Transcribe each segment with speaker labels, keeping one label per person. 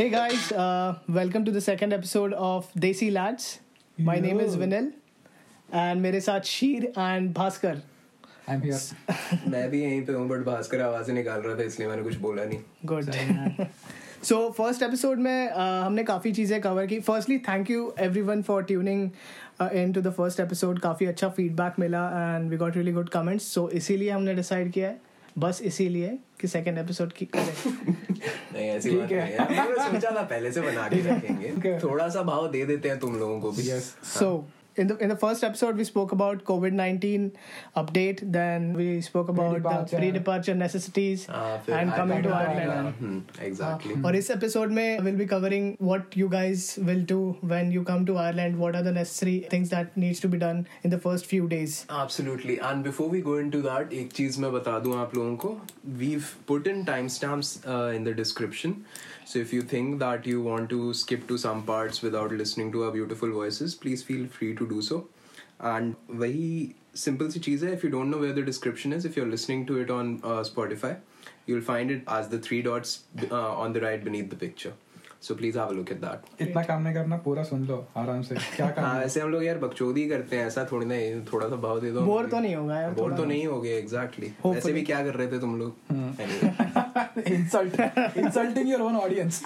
Speaker 1: Hey guys, uh, welcome to the second episode of Desi Lads. My name is Vinil, and मेरे साथ Sheer and Bhaskar.
Speaker 2: I am here
Speaker 3: मैं भी यहीं पे हूँ बट भास्कर आवाजें निकाल रहा था इसलिए मैंने कुछ बोला नहीं
Speaker 1: Good. सो फर्स्ट एपिसोड में uh, हमने काफ़ी चीज़ें कवर की firstly thank you everyone for tuning in to the first episode काफ़ी अच्छा फीडबैक मिला and we got really good comments so इसीलिए हमने डिसाइड किया है बस इसीलिए कि सेकेंड एपिसोड की करें
Speaker 3: नहीं ऐसी बात नहीं है मैंने तो सोचा था पहले से बना के रखेंगे थोड़ा सा भाव दे देते हैं तुम लोगों को भी हाँ।
Speaker 1: So in the in the first episode we spoke about COVID nineteen update. Then we spoke about the
Speaker 2: Pre-departure.
Speaker 1: pre-departure necessities
Speaker 3: हाँ, फिर हम्म,
Speaker 1: and coming to हाँ। Ireland.
Speaker 3: एग्जैक्टली
Speaker 1: और इस एपिसोड में will be covering what you guys will do when you come to Ireland what are the necessary things that needs to be done in the first few days
Speaker 3: absolutely and before we go into that एक चीज मैं बता दूं आप लोगों को we put in time stamps in the description so if you think that you want to skip to some parts without listening to our beautiful voices please feel free to do so and वही simple सी चीज है if you don't know where the description is if you are listening to it on Spotify you will find it as the three dots on the right beneath uh, the picture so please have a look at that
Speaker 2: इतना काम नहीं करना पूरा सुन लो आराम से क्या
Speaker 3: हाँ
Speaker 2: काम
Speaker 3: वैसे हम लोग यार बकचोदी करते हैं ऐसा थोड़ी ना है, थोड़ा सा भाव दे दो
Speaker 1: बोर तो नहीं होगा यार
Speaker 3: बोर तो नहीं हो गए एग्जैक्टली ऐसे भी क्या कर रहे थे तुम लोग
Speaker 1: हम्म।
Speaker 3: Anyway,
Speaker 2: insult insulting your own audience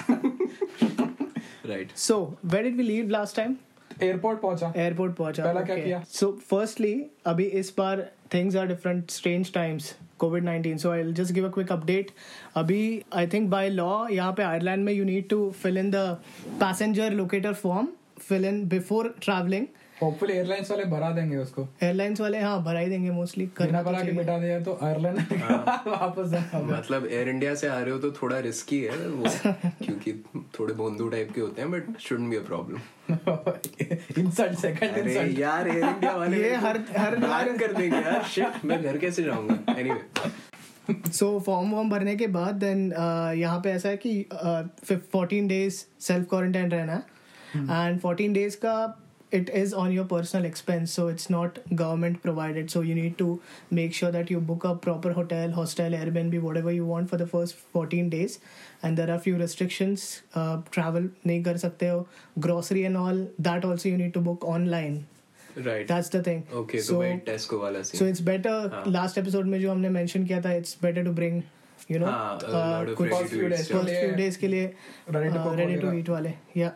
Speaker 3: right
Speaker 1: so where did we leave last time
Speaker 2: airport पहुंचा
Speaker 1: एयरपोर्ट पहुंचा
Speaker 2: पहला क्या किया?
Speaker 1: सो फर्स्टली अभी इस बार things are different strange times COVID 19 so I just give a quick update अभी I think by law यहाँ पे आयरलैंड में you need to fill in the passenger locator form fill in before travelling
Speaker 2: hopefully airlines वाले भरा देंगे उसको
Speaker 1: airlines वाले हाँ भरा ही देंगे मोस्टली करना
Speaker 2: बिना
Speaker 1: तो
Speaker 2: भरा के
Speaker 1: चाहिए
Speaker 2: बिठा दिया तो आयरलैंड
Speaker 3: हाँ।
Speaker 2: वापस जाना होगा।
Speaker 3: मतलब एयर इंडिया से आ रहे हो तो थोड़ा रिस्की है वो क्योंकि थोड़े बोंदू टाइप के होते हैं but shouldn't be a problem
Speaker 2: insult second
Speaker 3: अरे
Speaker 2: इंसल्ट
Speaker 3: यार एयर इंडिया वाले
Speaker 1: ये
Speaker 3: मेरे को
Speaker 1: हर- हर
Speaker 3: ban कर देंगे यार शिट मैं घर कैसे जाऊंगा एनीवे
Speaker 1: सो फॉर्म वॉर्म भरने के बाद देन यहाँ पे ऐसा है कि uh, fourteen days self quarantine रहना है एंड फोर्टीन डेज का it is on your personal expense so it's not government provided so you need to make sure that you book a proper hotel hostel Airbnb whatever you want for the first fourteen days and there are few restrictions travel uh, नहीं कर सकते हो grocery and all that also you need to book online
Speaker 3: right
Speaker 1: that's the thing
Speaker 3: okay तो भाई Tesco वाला
Speaker 1: so
Speaker 3: scene
Speaker 1: it's better
Speaker 3: हाँ।
Speaker 1: Last episode में जो हमने मेंशन किया था it's better to bring you know
Speaker 3: हाँ, a lot of
Speaker 1: uh, कुछ
Speaker 3: ready to
Speaker 2: few
Speaker 3: eat
Speaker 2: days.
Speaker 3: stuff.
Speaker 1: First few days के लिए uh,
Speaker 2: Ready to cook
Speaker 1: ready to
Speaker 2: वगैरह।
Speaker 1: ईट वाले या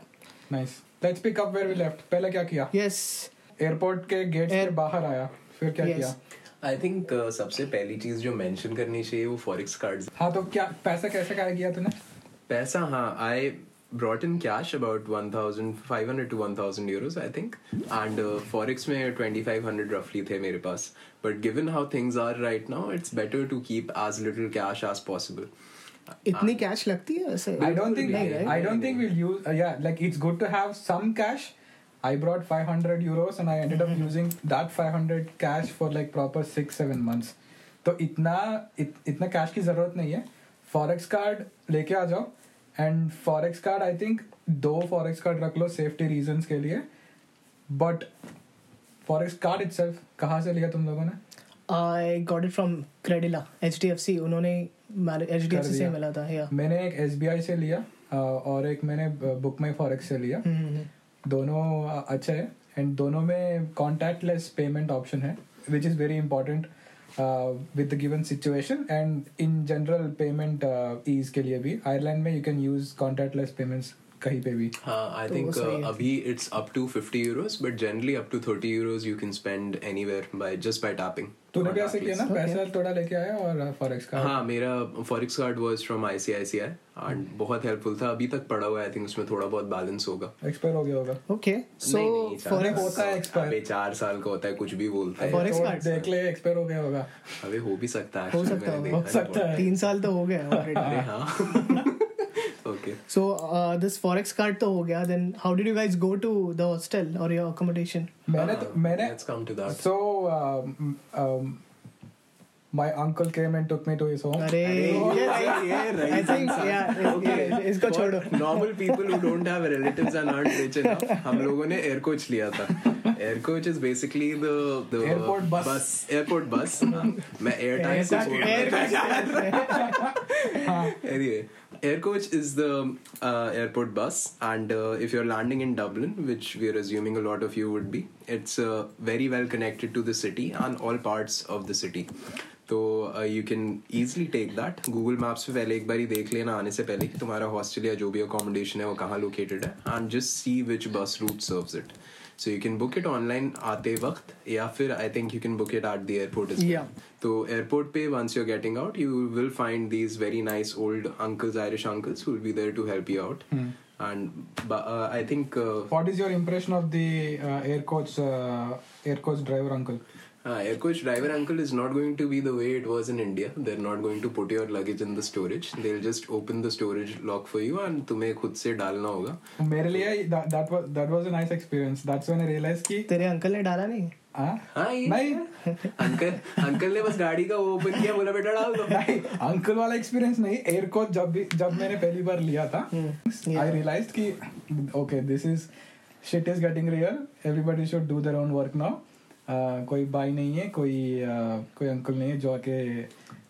Speaker 2: nice let's pick up where we left पहले क्या किया
Speaker 1: यस
Speaker 2: एयरपोर्ट के गेट से
Speaker 1: Air-
Speaker 2: बाहर आया फिर क्या
Speaker 1: Yes.
Speaker 2: किया
Speaker 3: आई थिंक uh, सबसे पहली चीज जो मेंशन करनी चाहिए वो फॉरेक्स कार्ड्स
Speaker 2: हाँ तो क्या पैसा कैसे काय किया तूने
Speaker 3: पैसा हाँ I brought in cash about 1500 to 1000 euros I think and forex uh, में 2500 रफली थे मेरे पास but given how things are right now it's better to keep as little cash as possible
Speaker 1: इतनी
Speaker 3: हाँ।
Speaker 1: कैश लगती है ऐसे
Speaker 2: I don't think
Speaker 1: नहीं right?
Speaker 2: I don't think we'll use uh, yeah like it's good to have some cash. I brought 500 euros and I ended up using that 500 cash for like proper six seven months. तो इतना इत, इतना cash की जरूरत नहीं है forex card लेके आ जाओ and forex card I think दो फॉरेक्स कार्ड रख लो सेफ्टी रीजंस के लिए बट फॉरेक्स कार्ड इटसेल्फ कहाँ से लिया तुम लोगों ने
Speaker 1: I got it from Credila HDFC उन्होंने
Speaker 2: कर
Speaker 1: एचडीएफसी से
Speaker 2: दिया।
Speaker 1: मिला था या
Speaker 2: मैंने एक एस से लिया अ, और एक मैंने uh, बुक माई फॉरेक्स से लिया
Speaker 1: हम्म,
Speaker 2: दोनों अ, अच्छा है एंड दोनों में कॉन्टैक्टलेस पेमेंट ऑप्शन है which is very important with the given situation and in general payment ease के लिए भी आयरलैंड में you can use contactless payments कहीं पे भी
Speaker 3: हाँ आई
Speaker 1: तो वो
Speaker 3: थिंक
Speaker 1: सही है।
Speaker 3: अभी it's up to 50 euros but generally up to 30 euros you can spend anywhere by just by tapping
Speaker 2: तूने भी ऐसे किया ना पैसा थोड़ा लेके आया और फॉरेक्स का
Speaker 3: हाँ मेरा forex card was from ICICI and बहुत हेल्पफुल था अभी तक पड़ा हुआ है आई थिंक उसमें थोड़ा बहुत बैलेंस होगा
Speaker 2: एक्सपायर हो गया होगा
Speaker 1: ओके सो
Speaker 3: नहीं, नहीं, चार
Speaker 1: फॉरेक्स
Speaker 3: साल
Speaker 2: होता है expire।
Speaker 3: अबे चार साल का होता है कुछ भी बोलता है
Speaker 1: Forex
Speaker 2: तो
Speaker 1: cards?
Speaker 2: देख ले एक्सपायर हो गया होगा
Speaker 3: अबे हो भी सकता है
Speaker 1: हो
Speaker 3: actually,
Speaker 1: सकता है,
Speaker 3: मैंने
Speaker 1: हो
Speaker 3: देखा है
Speaker 2: सकता है।
Speaker 1: तीन साल तो हो गए ऑलरेडी
Speaker 3: बहुत। हाँ okay
Speaker 1: so this forex card तो हो गया then how did you guys go to the hostel और योर अकोमोडेशन
Speaker 2: मैंने तो-
Speaker 3: Uh,
Speaker 1: हाँ,
Speaker 2: मैंने
Speaker 3: let's come to that
Speaker 2: So, um, um, my uncle came and took me to his home.
Speaker 1: अरे
Speaker 3: Oh, अरे,
Speaker 1: आई थिंक या इसको छोड़ो
Speaker 3: normal people who don't have relatives are not rich enough हम लोगों ने एयर कोच लिया था air coach is basically the the
Speaker 2: Airport bus.
Speaker 3: Airport बस मैं एयर टाइम से
Speaker 1: Air-
Speaker 3: anyway Aircoach is the uh, airport bus, and uh, if you're landing in Dublin, which we are assuming a lot of you would be, it's uh, very well connected to the city and all parts of the city. तो you can easily take that Google Maps पे पहले एक बार ही देख लेना आने से पहले कि तुम्हारा हॉस्टल या जो भी अकोमोडेशन है वो कहाँ लोकेटेड है and just see which bus route serves it so you can book it online आते वक्त या फिर I think you can book it at the airport is
Speaker 1: Yeah.
Speaker 3: तो एयरपोर्ट पे once you are getting out you will find these very nice old uncles Irish uncles will be there to help you out and I think
Speaker 2: What is your impression of the uh, air coach, uh, air coach driver uncle?
Speaker 3: Uh, air coach driver uncle is not going to be the way it was in India. They're not going to put your luggage in the storage. They'll just open the storage lock for you and तुम्हें खुद से डालना होगा.
Speaker 2: मेरे लिए that that was that was a nice experience. That's when I realized कि
Speaker 1: तेरे uncle ने डाला नहीं
Speaker 2: हाँ
Speaker 3: हाँ ये
Speaker 2: नहीं
Speaker 3: अंकल अंकल ने बस गाड़ी का वो ओपन किया बोला बेटा डाल दो.
Speaker 2: नहीं अंकल वाला एक्सपीरियंस नहीं एयर कोच जब भी जब मैंने पहली बार लिया था
Speaker 3: Hmm,
Speaker 2: आई रियलाइज कि okay this is shit is getting real everybody should do their own work now Uh, कोई बाई नहीं है कोई uh, कोई अंकल नहीं है जो आके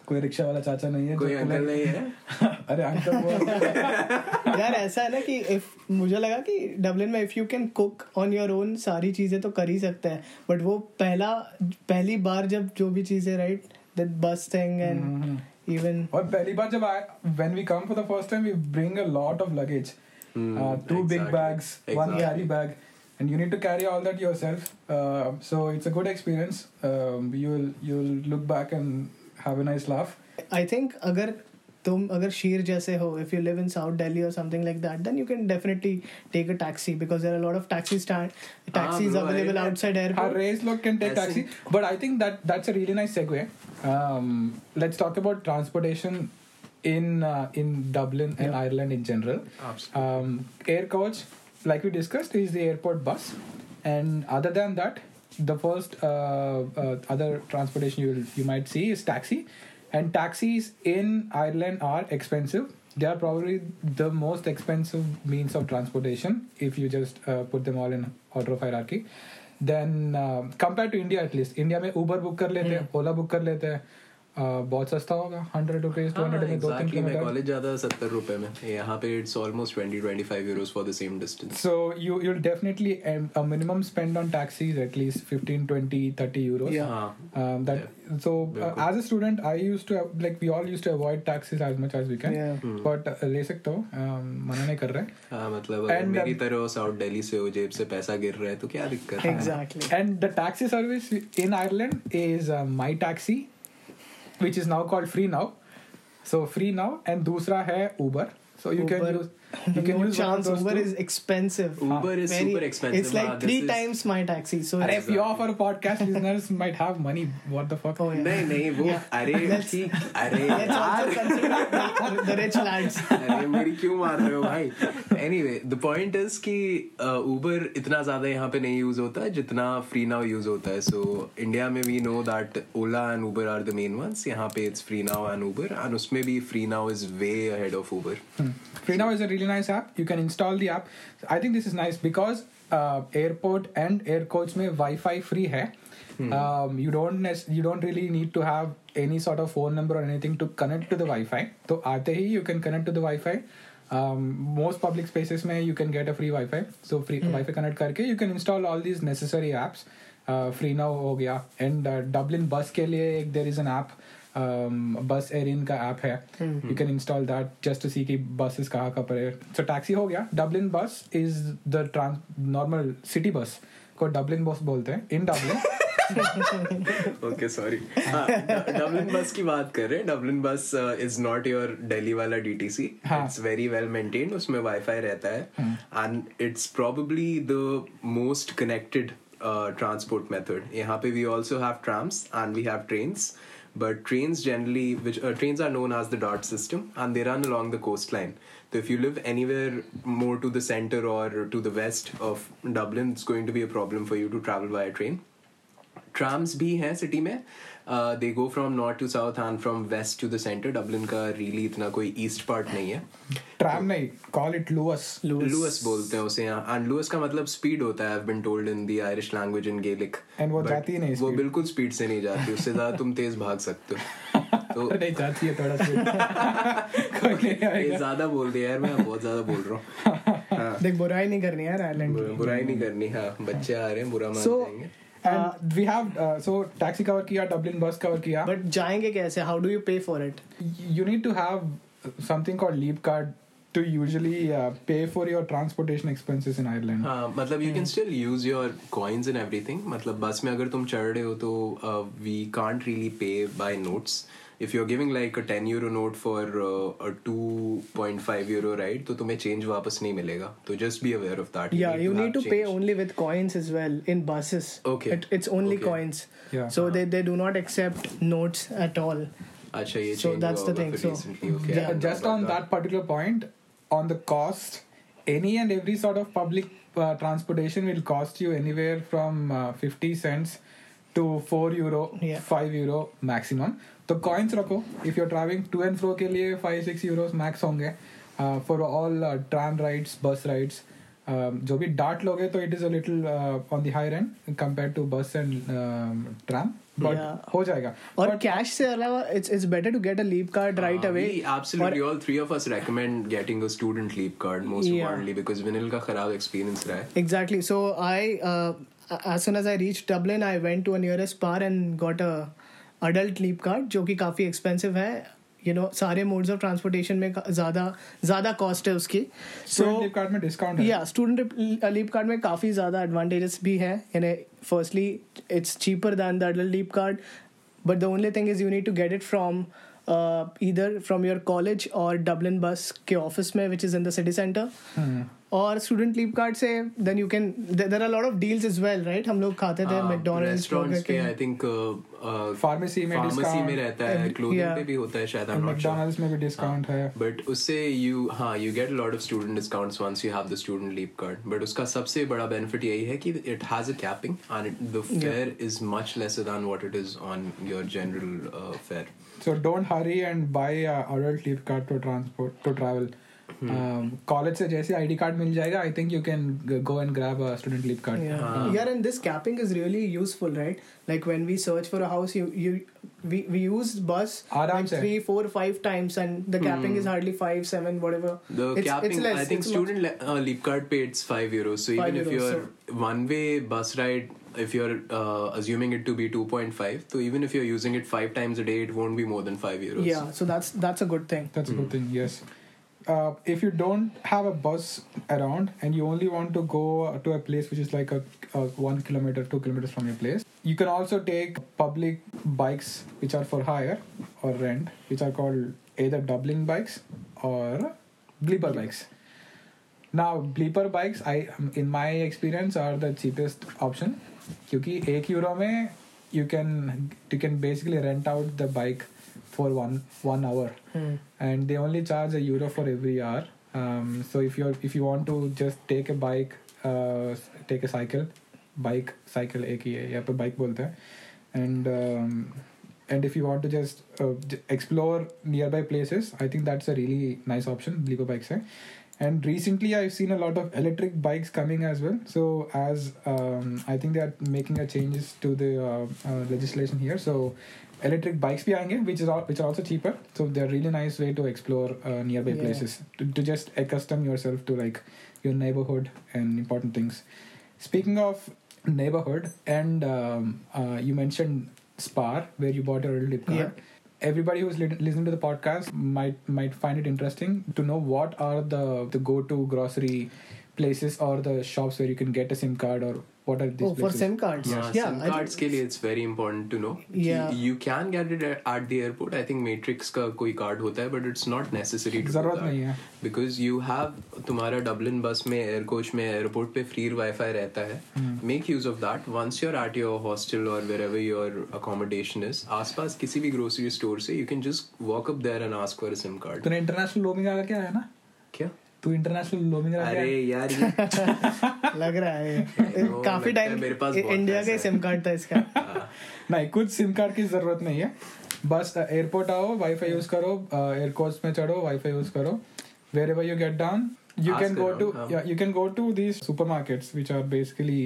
Speaker 2: कोई रिक्शा वाला चाचा नहीं है जो
Speaker 3: कोई अंकल नहीं है.
Speaker 2: अरे अंकल वो हम्म,
Speaker 1: यार ऐसा है ना कि इफ मुझे लगा कि डबलिन में if you can cook on your own सारी चीजें तो कर ही सकते हैं बट वो पहला पहली बार जब जो भी चीजें right that bus thing
Speaker 2: hmm,
Speaker 1: and even
Speaker 2: और पहली बार जब I when we come for the first time we bring a lot of luggage too big
Speaker 3: Hmm, exactly.
Speaker 2: Bags one
Speaker 3: Exactly.
Speaker 2: Carry bag and you need to carry all that yourself uh, so it's a good experience um, you'll you'll look back and have a nice laugh
Speaker 1: I think अगर तुम अगर शीर जैसे हो if you live in south Delhi और something like that then you can definitely take a taxi because there are lot of taxi stand
Speaker 2: Ah,
Speaker 1: taxis
Speaker 3: bro, I
Speaker 1: available
Speaker 3: remember.
Speaker 1: Outside
Speaker 2: Our
Speaker 1: airport
Speaker 2: race look can take
Speaker 3: Yes,
Speaker 2: taxi, but I think that that's a really nice segue. Um, let's talk about transportation in uh, in Dublin and Ireland in general.
Speaker 3: Absolutely.
Speaker 2: Um, air coach, like we discussed, is the airport bus, and other than that, the first uh, uh, other transportation you you might see is taxi, and taxis in Ireland are expensive. They are probably the most expensive means of transportation if you just uh, put them all in order of hierarchy. uh, then compare to India at least India में Uber book कर लेते
Speaker 3: Hmm.
Speaker 2: हैं ओला book कर लेते हैं uh, बहुत सस्ता होगा हंड्रेड रुपीज
Speaker 1: तो
Speaker 2: टू
Speaker 3: हाँ,
Speaker 2: हंड्रेड में दो तीन
Speaker 3: exactly. मैं
Speaker 2: किलोमीटर
Speaker 3: कॉलेज जाता सत्तर रुपए में यहाँ पे it's almost 20 25 euros for the same distance
Speaker 2: so you you'll definitely um, a minimum spend on taxis at least 15 20 30 euros
Speaker 1: Yeah.
Speaker 3: हाँ
Speaker 2: um, that so uh,
Speaker 3: बिल्कुल.
Speaker 2: as a student i used to like we all used to avoid taxis as much as we can
Speaker 1: Yeah.
Speaker 2: but uh, ले सकते हो um, मना नहीं कर रहे हैं
Speaker 3: Hmm. हाँ मतलब अगर
Speaker 2: And,
Speaker 3: मेरी
Speaker 2: um,
Speaker 3: तरह साउथ दिल्ली से हो जेब से पैसा गिर रहा है तो क्या दिक्कत है
Speaker 1: exactly
Speaker 2: And the taxi service in Ireland is uh, My Taxi, which is now called Free Now. So Free Now and दूसरा है Uber. So you can use you
Speaker 1: no
Speaker 2: can use one of
Speaker 1: chance
Speaker 2: those
Speaker 1: uber
Speaker 2: two.
Speaker 1: is expensive
Speaker 3: Uber is
Speaker 1: Very-
Speaker 3: super expensive.
Speaker 1: it's
Speaker 3: हाँ,
Speaker 1: like
Speaker 3: this
Speaker 1: three
Speaker 3: is-
Speaker 1: times my taxi so
Speaker 2: अरे
Speaker 1: it's-
Speaker 2: if you offer podcast listeners might have money. What the fuck?
Speaker 1: oh yeah
Speaker 3: नहीं नहीं वो अरे ठीक अरे
Speaker 1: Let's also consider the- the rich lads.
Speaker 3: अरे मेरी क्यों मार रहे हो भाई एनीवे द पॉइंट इज कि उबर इतना ज्यादा यहाँ पे नहीं यूज होता है जितना फ्री नाउ यूज होता है सो इंडिया में we know that Ola and Uber are the main ones यहाँ पे it's free now and Uber and उसमें भी free now is way ahead of Uber
Speaker 2: Free Now is a really nice app. You can install the app. I think this is nice because uh, airport and air coach में Wi-Fi free है. Um, you don't nec- you don't really need to have any sort of phone number or anything to connect to the Wi-Fi. तो आते ही you can connect to the Wi-Fi. Um, most public spaces में you can get a free Wi-Fi. So free Wi-Fi connect करके you can install all these necessary apps. Uh, free now हो गया and uh, Dublin bus के लिए एक there is an app bus air in um, का app है you can install that just to see कि buses कहाँ का पर सो टैक्सी हो गया Dublin bus is the trans normal city bus को डबलिन बस बोलते हैं in Dublin
Speaker 3: okay sorry Dublin bus की बात कर रहे हैं uh, Dublin bus is not your Delhi वाला डीटीसी
Speaker 2: हाँ.
Speaker 3: इट्स वेरी वेल मेंटेन्ड उसमें वाईफाई रहता है and it's probably the most connected transport method uh, यहाँ पे we also have trams and we have trains But trains generally, which uh, trains are known as the DART system, and they run along the coastline. So if you live anywhere more to the center or to the west of Dublin, it's going to be a problem for you to travel by train. Trams भी हैं city में they go from north to south and from west to the centre Dublin का really इतना कोई east part नहीं है
Speaker 2: tram नहीं call it Luas
Speaker 3: Luas बोलते हैं उसे यहाँ एंड लुअस का मतलब स्पीड होता है I have been told in the Irish language in Gaelic
Speaker 2: And वो जाती ही नहीं
Speaker 3: वो
Speaker 2: speed.
Speaker 3: बिल्कुल स्पीड से नहीं जाती उससे ज्यादा तुम तेज भाग सकते हो तो
Speaker 2: नहीं जाती है थोड़ा सा कोई नहीं
Speaker 3: ये
Speaker 2: आएगा
Speaker 3: ज्यादा बोल दिया यार मैं बहुत ज्यादा बोल रहा हाँ।
Speaker 1: देख बुराई नहीं करनी यार आयरलैंड
Speaker 3: हूँ बुराई नहीं करनी हाँ बच्चे आ रहे हैं बुरा मान
Speaker 2: सो
Speaker 3: जाएंगे
Speaker 2: and we have so taxi cover किया डब्लिन बस कवर किया
Speaker 1: बट जाएंगे कैसे how do you pay for it
Speaker 2: you need to have something called leap card to usually uh, pay for your transportation expenses in
Speaker 1: Hmm.
Speaker 2: Ireland.
Speaker 3: हाँ मतलब you can still use your coins and everything मतलब bus में अगर तुम चढ़ रहे हो तो we can't really pay by notes if you are giving like a ten euro note for uh, two point five euro right तो तुम्हें चेंज वापस नहीं मिलेगा तो just be aware of that
Speaker 1: Yeah, you need to pay only with coins as well in buses.
Speaker 3: Okay.
Speaker 1: It, it's only
Speaker 3: Okay.
Speaker 1: coins.
Speaker 2: Yeah.
Speaker 1: So they, they do not accept notes at all.
Speaker 3: अच्छा ये
Speaker 1: So
Speaker 3: change
Speaker 1: that's
Speaker 3: हुआ
Speaker 1: the
Speaker 3: होगा
Speaker 1: thing,
Speaker 3: फिर
Speaker 1: so-
Speaker 3: recently, okay, I
Speaker 2: Ju-
Speaker 3: don't know
Speaker 2: Just
Speaker 3: about
Speaker 2: on that particular point, on the cost, any and every sort of public uh, transportation will cost you anywhere from uh, 50 cents to 4 euro,
Speaker 1: Yeah.
Speaker 2: 5 euro maximum. तो coins रखो if you're traveling to and fro के लिए 5 6 euros max होंगे uh, for all uh, tram rides, bus rides. Um, जो भी DART लोगे तो it is a little on the higher end compare to bus and tram but
Speaker 1: Yeah.
Speaker 2: um, हो जाएगा
Speaker 1: और कैश से अलावा it's it's better to get a leap card right
Speaker 3: Uh,
Speaker 1: away
Speaker 3: We absolutely all three of us recommend getting a student leap card most
Speaker 1: Yeah.
Speaker 3: importantly because Vinil का खराब experience रहा है.
Speaker 1: Exactly so I uh, as soon as i reached dublin i went to a nearest bar and got a adult leap card जो कि काफ़ी expensive है you know सारे modes of transportation में का- ज़्यादा ज़्यादा कॉस्ट है उसकी
Speaker 2: सो फ्लिपकार्ट में डिस्काउंट है
Speaker 1: या स्टूडेंट लीप कार्ड uh, में काफ़ी ज़्यादा एडवांटेजेस भी हैं यानी firstly it's cheaper than the adult leap card but the only thing is you need to get it from uh, either from your college or dublin bus के office में which is in the city center और student leap card से then you can there are lot of deals is well right हम लोग खाते थे
Speaker 3: Ah,
Speaker 1: McDonald's
Speaker 3: restaurants हाँ, पे आई थिंक uh,
Speaker 2: Pharmacy में
Speaker 3: फार्मेसी
Speaker 2: discount,
Speaker 3: में रहता है
Speaker 1: every-
Speaker 3: क्लोथिंग
Speaker 1: yeah.
Speaker 3: पे भी होता है शायद I am not sure
Speaker 2: McDonald's में भी डिस्काउंट है
Speaker 3: बट उससे यू हाँ you get lot of student discounts once you have the student leap card but उसका सबसे बड़ा बेनिफिट यही है कि it has a capping and the fare is much lesser than what it is on your general fare
Speaker 2: So don't hurry and buy a adult leave card to transport to travel. Um, college से जैसे ID card मिल जाएगा I think you can go and grab a student leave card
Speaker 1: Yeah. yeah, and this capping is really useful, right? Like when we search for a house, you you we we use bus
Speaker 2: Aram
Speaker 1: like
Speaker 2: se.
Speaker 1: three, four, five times, and the capping is hardly five, seven, whatever.
Speaker 3: Hmm. The capping, I think
Speaker 1: it's
Speaker 3: student le- uh, leap card paid it's 5 euros. So
Speaker 1: Five
Speaker 3: even if
Speaker 1: euros,
Speaker 3: you're one way bus ride, if you're uh, assuming it to be 2.5, so even if you're using it five times a day, it won't be more than 5 euros.
Speaker 1: much- Yeah, so that's that's a good thing.
Speaker 2: That's a good thing, yes. Uh, if you don't have a bus around and you only want to go uh, to a place which is like a, a one kilometer, two kilometers from your place, you can also take public bikes which are for hire or rent, which are called either Dublin bikes or Bleeper bikes. Now, Bleeper bikes, I in my experience, are the cheapest option क्योंकि एक euro में you can you can basically rent out the bike for one one hour and they only charge a euro for every hour. Um, so if you're if you want to just take a bike, uh, take a cycle, bike cycle एक ही है यहाँ पे bike बोलते हैं and um, and if you want to just uh, j- explore nearby places, I think that's a really nice option. Bleeper bikes है. And recently, I've seen a lot of electric bikes coming as well. So, as um, I think they are making a changes to the uh, uh, legislation here, so electric bikes behind which is al- which are also cheaper. So they're really nice way to explore uh, nearby
Speaker 1: Yeah.
Speaker 2: places to, to just accustom yourself to like your neighborhood and important things. Speaking of neighborhood, and um, uh, you mentioned Spar where you bought your lip card.
Speaker 1: Yeah.
Speaker 2: Everybody who's lit listening to the podcast might might find it interesting to know what are the the go to grocery places or the shops where you can get a SIM card or what are these
Speaker 1: oh, for
Speaker 2: places?
Speaker 1: SIM cards.
Speaker 3: Yeah,
Speaker 1: yeah,
Speaker 3: SIM
Speaker 1: I
Speaker 3: cards
Speaker 1: think-
Speaker 3: के लिए it's very important to know. कि
Speaker 1: Yeah.
Speaker 3: You can get it at at the airport. I think Matrix का कोई card होता है, but it's not necessary to do
Speaker 2: जरूरत
Speaker 3: that.
Speaker 2: नहीं है
Speaker 3: because you have तुम्हारा डबलिन बस में एयर कोच में एयरपोर्ट पे फ्री वाईफाई रहता है
Speaker 1: Hmm.
Speaker 3: Make use of that once your at your hostel और wherever your accommodation is आसपास किसी भी ग्रोसरी स्टोर से you can just walk up there and ask for a SIM card
Speaker 2: तूने international roaming वाला क्या है ना
Speaker 3: क्या
Speaker 2: तू इंटरनेशनल लोमिंग वाला क्या
Speaker 3: अरे यार ये
Speaker 1: लग रहा है ये।
Speaker 3: वो
Speaker 1: काफी
Speaker 3: लगता है
Speaker 1: टाइम
Speaker 3: मेरे पास बहुत
Speaker 1: इंडिया का
Speaker 3: पैसा
Speaker 1: ही
Speaker 3: है।
Speaker 1: सिम कार्ड था इसका
Speaker 2: नहीं कुछ सिम कार्ड की जरूरत नहीं है बस एयरपोर्ट आओ वाईफाई यूज करो एयर कोच में चढ़ो वाईफाई यूज करो wherever you get down you
Speaker 3: Ask
Speaker 2: can go
Speaker 3: around,
Speaker 2: to
Speaker 3: हाँ.
Speaker 2: you can go to these supermarkets which are basically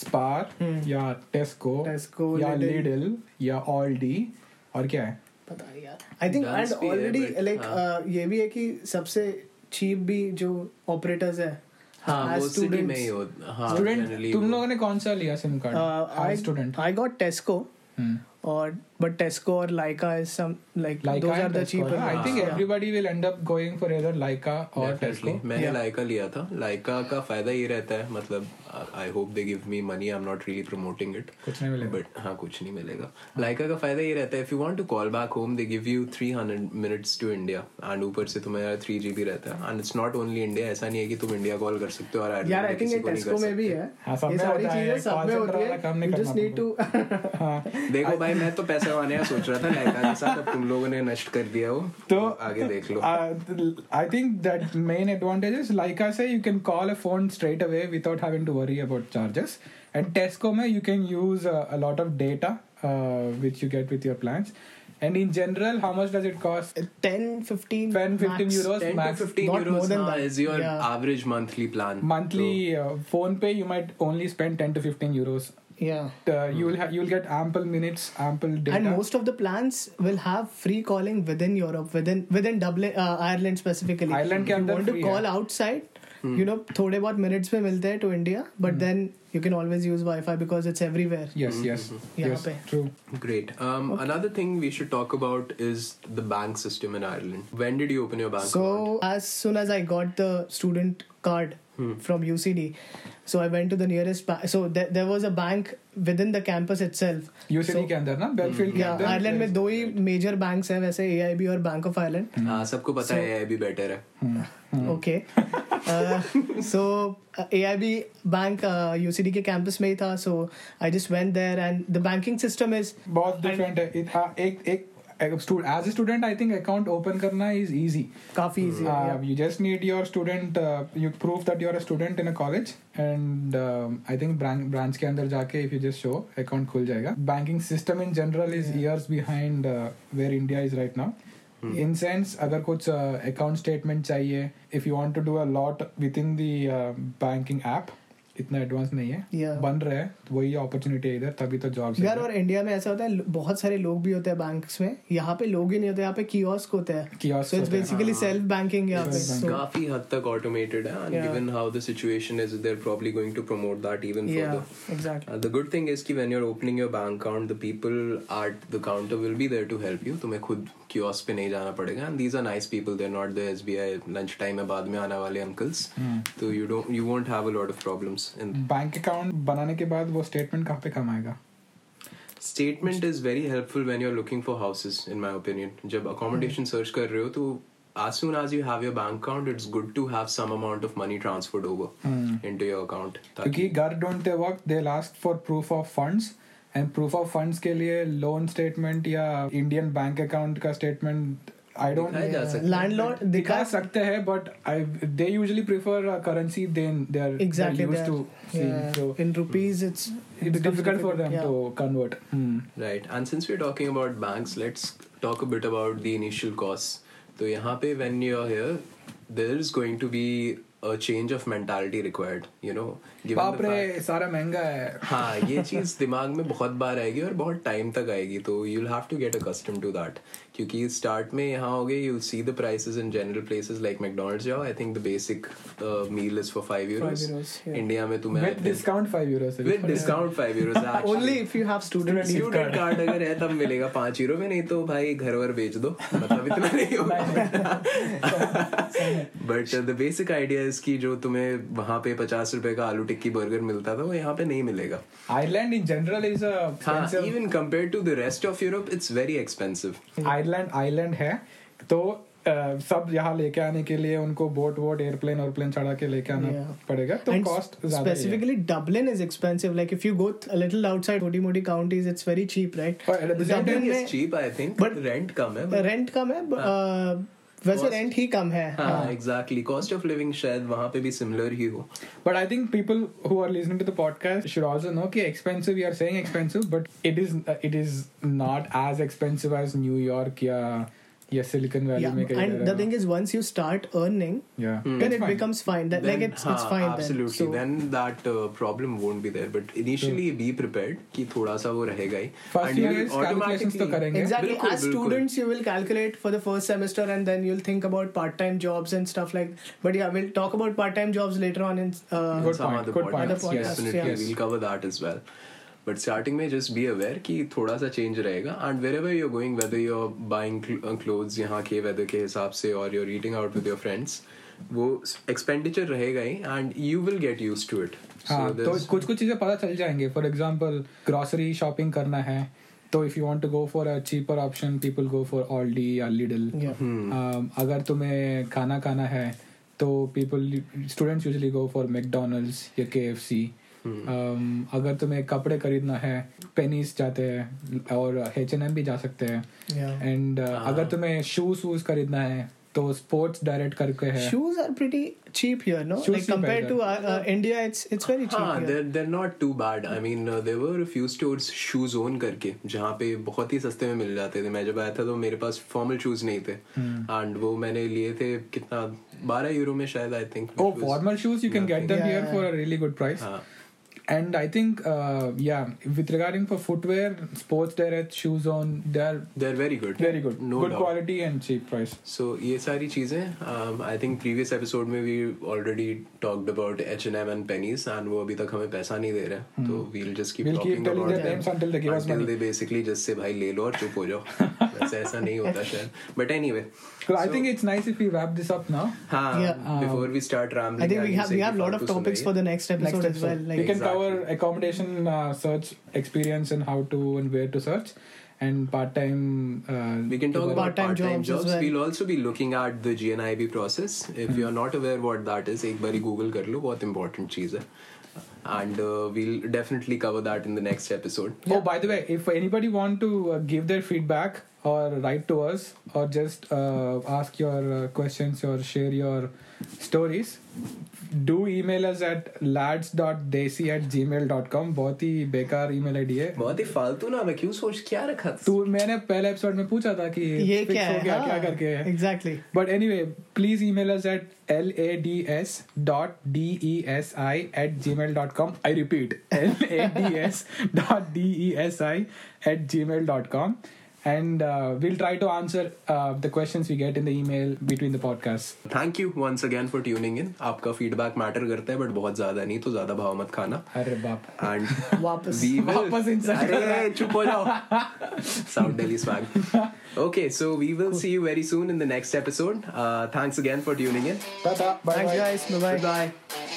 Speaker 2: Spar या Tesco
Speaker 1: Hmm. Tesco,
Speaker 2: या
Speaker 1: Lidl.
Speaker 2: Lidl या Aldi और क्या है
Speaker 1: पता नहीं यार आई थिंक
Speaker 3: Dance
Speaker 1: एंड
Speaker 3: भी है,
Speaker 1: ऑलरेडी
Speaker 3: but- हाँ।
Speaker 1: लाइक uh, ये भी है कि सबसे चीप भी जो ऑपरेटर्स है
Speaker 3: हाँ वो सिटी में ही हो हाँ generally
Speaker 2: स्टूडेंट तुम
Speaker 3: वो-
Speaker 2: लोगों ने कौन सा लिया सिम कार्ड हाई student
Speaker 1: I got Tesco
Speaker 2: Hmm.
Speaker 1: और बट टेस्को और Lyca is some like
Speaker 2: Leica
Speaker 1: those are
Speaker 2: and
Speaker 1: the
Speaker 2: Tesco.
Speaker 1: Cheaper
Speaker 2: Yeah, I think everybody will end up going for either Leica or
Speaker 3: हाँ। Definitely.
Speaker 2: Tesco.
Speaker 3: मैंने
Speaker 1: Yeah.
Speaker 3: Lyca लिया था Lyca का फायदा ये रहता है मतलब I hope they give me money I am not really promoting it
Speaker 2: कुछ नहीं मिलेगा
Speaker 3: बट हाँ कुछ नहीं मिलेगा लाइका का फायदा ये रहता है if you want to call back home they give you 300 minutes to India and ऊपर से तुम्हारा 3GB रहता है and it's not only India ऐसा नहीं है कि तुम इंडिया कॉल कर सकते हो और
Speaker 1: यार आई
Speaker 3: Ireland
Speaker 1: थिंक
Speaker 3: किसी
Speaker 1: ये
Speaker 3: को नहीं कर
Speaker 1: टेस्को में भी
Speaker 3: सकते।
Speaker 1: है
Speaker 2: हाँ, सब
Speaker 1: ये
Speaker 2: में
Speaker 1: सारी
Speaker 2: होता है,
Speaker 1: चीजें
Speaker 2: ये
Speaker 1: सब
Speaker 2: call
Speaker 1: में
Speaker 2: center
Speaker 1: होती
Speaker 2: वाला काम
Speaker 1: है
Speaker 2: नहीं
Speaker 1: यू जस्ट
Speaker 2: करना
Speaker 1: नीड टू
Speaker 3: देखो भाई मैं तो पैसा कमाने का सोच रहा था लाइका के साथ अब तुम लोगों ने नष्ट कर दिया वो
Speaker 2: तो
Speaker 3: आगे देख लो
Speaker 2: Uh, th- I think that main advantage is like I say, you can call a phone straight away without having to worry about charges. At Tesco, mein, you can use uh, a lot of data uh, which you get with your plans. And in general, how much does it cost?
Speaker 1: 10 15
Speaker 2: 10 15
Speaker 1: uh, max.
Speaker 2: euros
Speaker 3: 10
Speaker 2: max.
Speaker 3: to 15
Speaker 1: not more
Speaker 3: euros
Speaker 1: than
Speaker 3: now
Speaker 1: that.
Speaker 3: is your
Speaker 1: Yeah.
Speaker 3: average monthly plan. तो
Speaker 2: Monthly uh, phone pay, you might only spend 10 to 15 euros.
Speaker 1: yeah
Speaker 2: Uh, you will ha- you will get ample minutes, ample data.
Speaker 1: And most of the plans will have free calling within Europe, within within Dublin, uh, Ireland specifically.
Speaker 2: Ireland
Speaker 1: If
Speaker 2: के
Speaker 1: you
Speaker 2: अंदर
Speaker 1: want
Speaker 2: free
Speaker 1: to
Speaker 2: है।
Speaker 1: call outside, you know, थोड़े बहुत minutes में मिलते हैं to India, but
Speaker 2: Hmm.
Speaker 1: then you can always use Wi-Fi because it's everywhere.
Speaker 2: yes, yes,
Speaker 1: यहाँ
Speaker 2: yes,
Speaker 1: पे।
Speaker 2: true.
Speaker 3: Great. Um, Another thing we should talk about is the bank system in Ireland. When did you open your bank account?
Speaker 1: So as soon as I got the student card from UCD, so I went to the nearest. Ba- so there, there was a bank within the campus itself.
Speaker 2: UCD
Speaker 1: So-
Speaker 2: के अंदर ना Belfield के
Speaker 1: Yeah,
Speaker 2: अंदर
Speaker 1: Ireland में दो ही major banks हैं वैसे AIB और बैंक ऑफ आयरलैंड
Speaker 3: हाँ सबको पता है आई भी बेटर है
Speaker 2: Hmm.
Speaker 1: Okay so A I B bank U C D के कैंपस में ही था so I just went there and the banking system is
Speaker 2: बहुत डिफरेंट है इत- हाँ, एक एक as a student I think account open करना Uh, इज इजी
Speaker 1: काफी easy
Speaker 2: you just need your student you prove that you are a student in a college and I think branch के अंदर जाके if you just show account खुल जाएगा banking system in general is years behind where India is right now in sense अगर कुछ account statement चाहिए if you want to do a lot with in the banking app इतना advance नहीं है
Speaker 1: Yeah.
Speaker 2: बन रहा है वही अपॉर्चुनिटी है इधर तभी तो जॉब
Speaker 1: यार और इंडिया में ऐसा होता है बहुत सारे लोग भी होते हैं बैंक्स में यहाँ पे लोग ही नहीं होते यहाँ पे कियोस्क होते हैं
Speaker 2: Kiosks
Speaker 1: सो इट्स
Speaker 2: होते हैं,
Speaker 1: बेसिकली सेल्फ बैंकिंग यहाँ पे so,
Speaker 3: काफी हद तक automated है and
Speaker 1: Yeah.
Speaker 3: given how the situation is they're probably going to promote that even
Speaker 1: yeah
Speaker 3: further.
Speaker 1: exactly
Speaker 3: Uh, the good thing is कि when you're opening your bank account, the people at the counter will be there to help you. तुम्हें खुद kiosk पे नहीं जाना पड़ेगा. And these are nice people. They're not the SBI lunch time में बाद में आने वाले uncles.
Speaker 1: Hmm.
Speaker 3: So you don't you won't have a lot of problems. And
Speaker 2: bank account बनाने के बाद वो स्टेटमेंट कहाँ पे काम आएगा
Speaker 3: statement is very helpful when you're looking for houses, in my opinion. जब accommodation search कर रहे हो तो as soon as you have your bank account, it's good to have some amount of money transferred over into your account. ताकि-
Speaker 2: Hmm. क्योंकि घर ढूंढते वक्त they last for proof of funds and proof of funds के लिए loan statement या Indian bank account का statement I don't
Speaker 3: दिखाया जा सकता है।
Speaker 1: लैंडलॉर्ड
Speaker 2: दिखा
Speaker 1: दिखा
Speaker 2: सकते हैं but I they usually prefer currency then they are
Speaker 1: exactly
Speaker 2: used to so
Speaker 1: in rupees it's
Speaker 2: it's difficult for them to convert
Speaker 3: Right. And since we're talking about banks, let's talk a bit about the initial costs. So, यहाँ पे when you're here, there is going to be a change of mentality required. You know, given
Speaker 2: बाप
Speaker 3: the
Speaker 2: रे
Speaker 3: fact.
Speaker 2: सारा महंगा है
Speaker 3: हाँ ये चीज दिमाग में बहुत बार आएगी और बहुत टाइम तक आएगी तो you have to get accustomed to that क्योंकि स्टार्ट में यहाँ हो गए you see the prices in general places like McDonald's जाओ I think the basic meal is for five
Speaker 1: euros,
Speaker 3: euros India में तुम्हें
Speaker 2: with discount 5 euros
Speaker 3: with discount five euros
Speaker 1: only if you have student
Speaker 3: student card अगर है तब मिलेगा पांच euro में नहीं तो भाई घर वर बेच दो मतलब इतना नहीं होगा uh, but the basic idea is कि जो तुम्हें वहां पे पचास रुपए का आलू टिक्की बर्गर मिलता था वो यहाँ पे नहीं मिलेगा
Speaker 2: Ireland in general is a
Speaker 3: हाँ even compare to the rest of Europe it's very expensive
Speaker 1: Hmm.
Speaker 2: Ireland island है तो अ, सब यहाँ लेके आने के लिए उनको बोट वोट एयरप्लेन एयरप्लेन चढ़ा के लेके आना
Speaker 1: Yeah.
Speaker 2: पड़ेगा तो
Speaker 1: and
Speaker 2: कॉस्ट ज्यादा ही है
Speaker 1: specifically Dublin is expensive. Like if you go th- a little outside Modi Modi counties, it's very cheap, right?
Speaker 2: But at the same
Speaker 1: Dublin
Speaker 2: time,
Speaker 1: में
Speaker 3: cheap I think
Speaker 1: But-
Speaker 3: rent कम है but- Ah.
Speaker 1: Rent कम है ब- uh, वैसे
Speaker 3: Cost-
Speaker 1: rent ही कम है
Speaker 3: हाँ एग्जैक्टली कॉस्ट ऑफ लिविंग शायद वहां पे भी सिमिलर ही हो
Speaker 2: But I think people who are listening to the podcast should also know that expensive. We are saying uh, expensive, but it is it is not as expensive as New York, yeah, yes silicon valley
Speaker 1: yeah
Speaker 2: में कई
Speaker 1: and
Speaker 2: तरह
Speaker 1: the thing is once you start earning
Speaker 2: yeah
Speaker 1: then
Speaker 2: Hmm. It's
Speaker 1: it
Speaker 2: fine.
Speaker 1: becomes fine that like it's it's
Speaker 3: हाँ,
Speaker 1: fine
Speaker 3: absolutely.
Speaker 1: then so Hmm.
Speaker 3: Then that uh, problem won't be there. But initially be prepared कि थोड़ा सा वो रहेगा ही.
Speaker 2: First
Speaker 3: And you
Speaker 2: year
Speaker 3: will
Speaker 2: is calculations तो
Speaker 3: automatically-
Speaker 2: करेंगे
Speaker 1: exactly
Speaker 3: बिल्कुल,
Speaker 1: as
Speaker 3: बिल्कुल.
Speaker 1: students you will calculate for the first semester and then you'll think about part-time jobs and stuff like but yeah we'll talk about part-time jobs later on in uh,
Speaker 2: Good
Speaker 3: some
Speaker 2: point,
Speaker 3: other
Speaker 2: good
Speaker 3: podcasts.
Speaker 2: point.
Speaker 1: Other podcasts,
Speaker 3: Definitely,
Speaker 1: yeah.
Speaker 3: we'll cover that as well. But starting में just be aware कि थोड़ा सा change रहेगा and wherever you're going, whether you're buying cl- uh, clothes यहाँ के weather के हिसाब से or you're eating out with your friends, वो expenditure रहेगा ही and you will get used to it.
Speaker 2: हाँ तो
Speaker 3: there's-
Speaker 2: कुछ कुछ चीजें पता चल जाएंगे फॉर एग्जाम्पल ग्रॉसरी शॉपिंग करना है तो if you want to go for a cheaper option people go for Aldi या लिडल
Speaker 1: yeah
Speaker 3: Hmm.
Speaker 2: अगर तुम्हें खाना खाना है तो people students usually go for McDonald's या K F C
Speaker 3: Hmm.
Speaker 2: Um, अगर तुम्हें कपड़े खरीदना है पेनीस जाते हैं और एच एन एम भी जा सकते हैं
Speaker 1: yeah
Speaker 2: एंड
Speaker 3: हाँ।
Speaker 2: अगर तुम्हें शूज वूज खरीदना है तो स्पोर्ट्स डायरेक्ट करके है
Speaker 1: shoes are pretty cheap here no
Speaker 2: Shoes
Speaker 1: like
Speaker 2: cheap
Speaker 1: compared
Speaker 2: here.
Speaker 1: to our, uh, india it's it's very cheap
Speaker 3: हाँ
Speaker 1: here.
Speaker 3: they're they're not too bad I mean uh, there were a few stores shoe zone करके जहाँ पे बहुत ही सस्ते में मिल जाते थे मैं जब आया था तो मेरे पास फॉर्मल शूज नहीं थे
Speaker 2: हम्म।
Speaker 3: एंड वो मैंने लिए थे कितना बारह यूरो में शायद I think
Speaker 2: Oh, formal shoes you can get them
Speaker 1: Yeah,
Speaker 2: here
Speaker 1: yeah.
Speaker 2: for a really good price.
Speaker 3: हाँ
Speaker 2: And I think, uh, yeah, with regarding for footwear, sports direct shoes on, they're
Speaker 3: they're very good
Speaker 2: very good,
Speaker 3: no
Speaker 2: good
Speaker 3: doubt.
Speaker 2: quality and cheap price.
Speaker 3: So ये सारी um, चीज़ें I think previous episode में we already talked about H and M and Penneys and वो अभी तक हमें पैसा नहीं दे रहा है तो we'll just keep
Speaker 2: Hmm. We'll keep
Speaker 3: talking
Speaker 2: telling
Speaker 3: about
Speaker 2: their names until they give us
Speaker 3: until
Speaker 2: money.
Speaker 3: they basically just say भाई ले लो और चुप हो जाओ वैसे ऐसा नहीं होता शायद but anyway
Speaker 2: So, I think it's nice if we wrap this up now.
Speaker 3: हाँ
Speaker 1: Yeah. um,
Speaker 3: before we start rambling
Speaker 1: i think we have we have a lot of topics for the next episode,
Speaker 2: Next
Speaker 1: as well
Speaker 2: episode.
Speaker 1: like
Speaker 2: we can
Speaker 3: Exactly.
Speaker 2: cover accommodation uh, search experience and how to and where to search, and part time. Uh,
Speaker 3: We can
Speaker 2: together.
Speaker 3: talk about
Speaker 1: Part-time
Speaker 3: part-time,
Speaker 1: jobs as
Speaker 3: jobs.
Speaker 1: well.
Speaker 3: We'll also be looking at the GNIB process. If you are not aware what that is, एक बारी Google कर लो बहुत important चीज़ है. And uh, we'll definitely cover that in the next episode.
Speaker 2: Oh, by the way, if anybody want to uh, give their feedback or write to us or just uh, ask your uh, questions or share your stories, do email us at lads.desi at gmail.com. बहुत ही बेकार email ID है
Speaker 3: बहुत ही फालतू नाम है क्यों सोच क्या रखा
Speaker 2: तू मैंने पहले एपिसोड में पूछा था कि
Speaker 1: ये
Speaker 2: fix
Speaker 1: क्या
Speaker 2: हो
Speaker 1: है
Speaker 2: गया,
Speaker 1: हाँ,
Speaker 2: क्या करके है
Speaker 1: exactly
Speaker 2: But anyway, please email us at lads dot desi at gmail dot com. I repeat, lads dot desi at gmail dot com. And uh, we'll try to answer uh, the questions we get in the email between the podcasts.
Speaker 3: Thank you once again for tuning in आपका feedback matter करता है but बहुत ज्यादा नहीं तो ज्यादा भाव मत खाना
Speaker 2: अरे बाप
Speaker 3: एंड
Speaker 1: वापस
Speaker 2: वापस insert कर रहा
Speaker 3: अरे चुप हो जाओ south Delhi swag okay so we will see you Uh, very soon in the next episode thanks again for tuning in
Speaker 2: Ta-ta,
Speaker 1: thanks
Speaker 2: bye-bye.
Speaker 1: guys bye bye
Speaker 3: bye